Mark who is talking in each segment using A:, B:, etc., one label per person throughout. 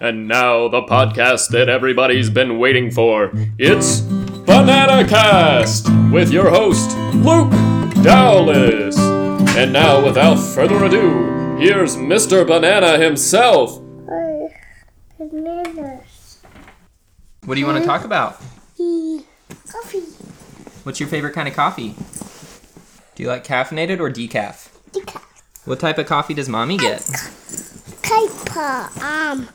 A: And now the podcast that everybody's been waiting for. It's Banana Cast with your host, Luke Dowlis. And now, without further ado, here's Mr. Banana himself.
B: Oh, bananas.
C: What do you want to talk about?
B: E. Coffee.
C: What's your favorite kind of coffee? Do you like caffeinated or decaf?
B: Decaf.
C: What type of coffee does mommy get?
B: Paper. Um,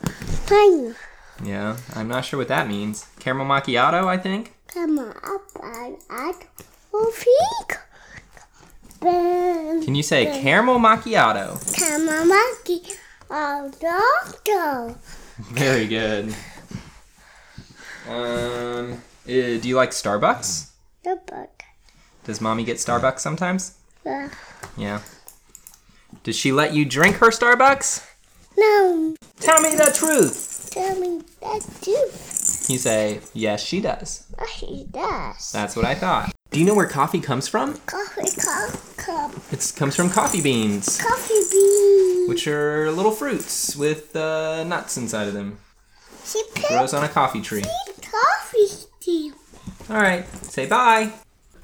B: pine.
C: Yeah, I'm not sure what that means. Caramel macchiato, I think.
B: Come up and add coffee. Then
C: Can you say caramel macchiato?
B: come a monkey. A doctor.
C: Very good. Um, eh, do you like Starbucks?
B: The book.
C: Does mommy get Starbucks sometimes?
B: The
C: Yeah. Does she let you drink her Starbucks?
B: no.
C: Tell me the truth.
B: Tell me that too.
C: You say, yes, she does.
B: What he does.
C: That's what I thought. Do you know where coffee comes from?
B: Coffee cup. cup.
C: It comes from coffee beans.
B: Coffee bean.
C: which are little fruits with uh, nuts inside of them.
B: She
C: Grows
B: picked
C: on a coffee tree.
B: coffee tea.
C: All right, say bye.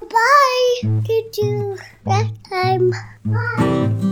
B: Bye. Did you that time? Bye.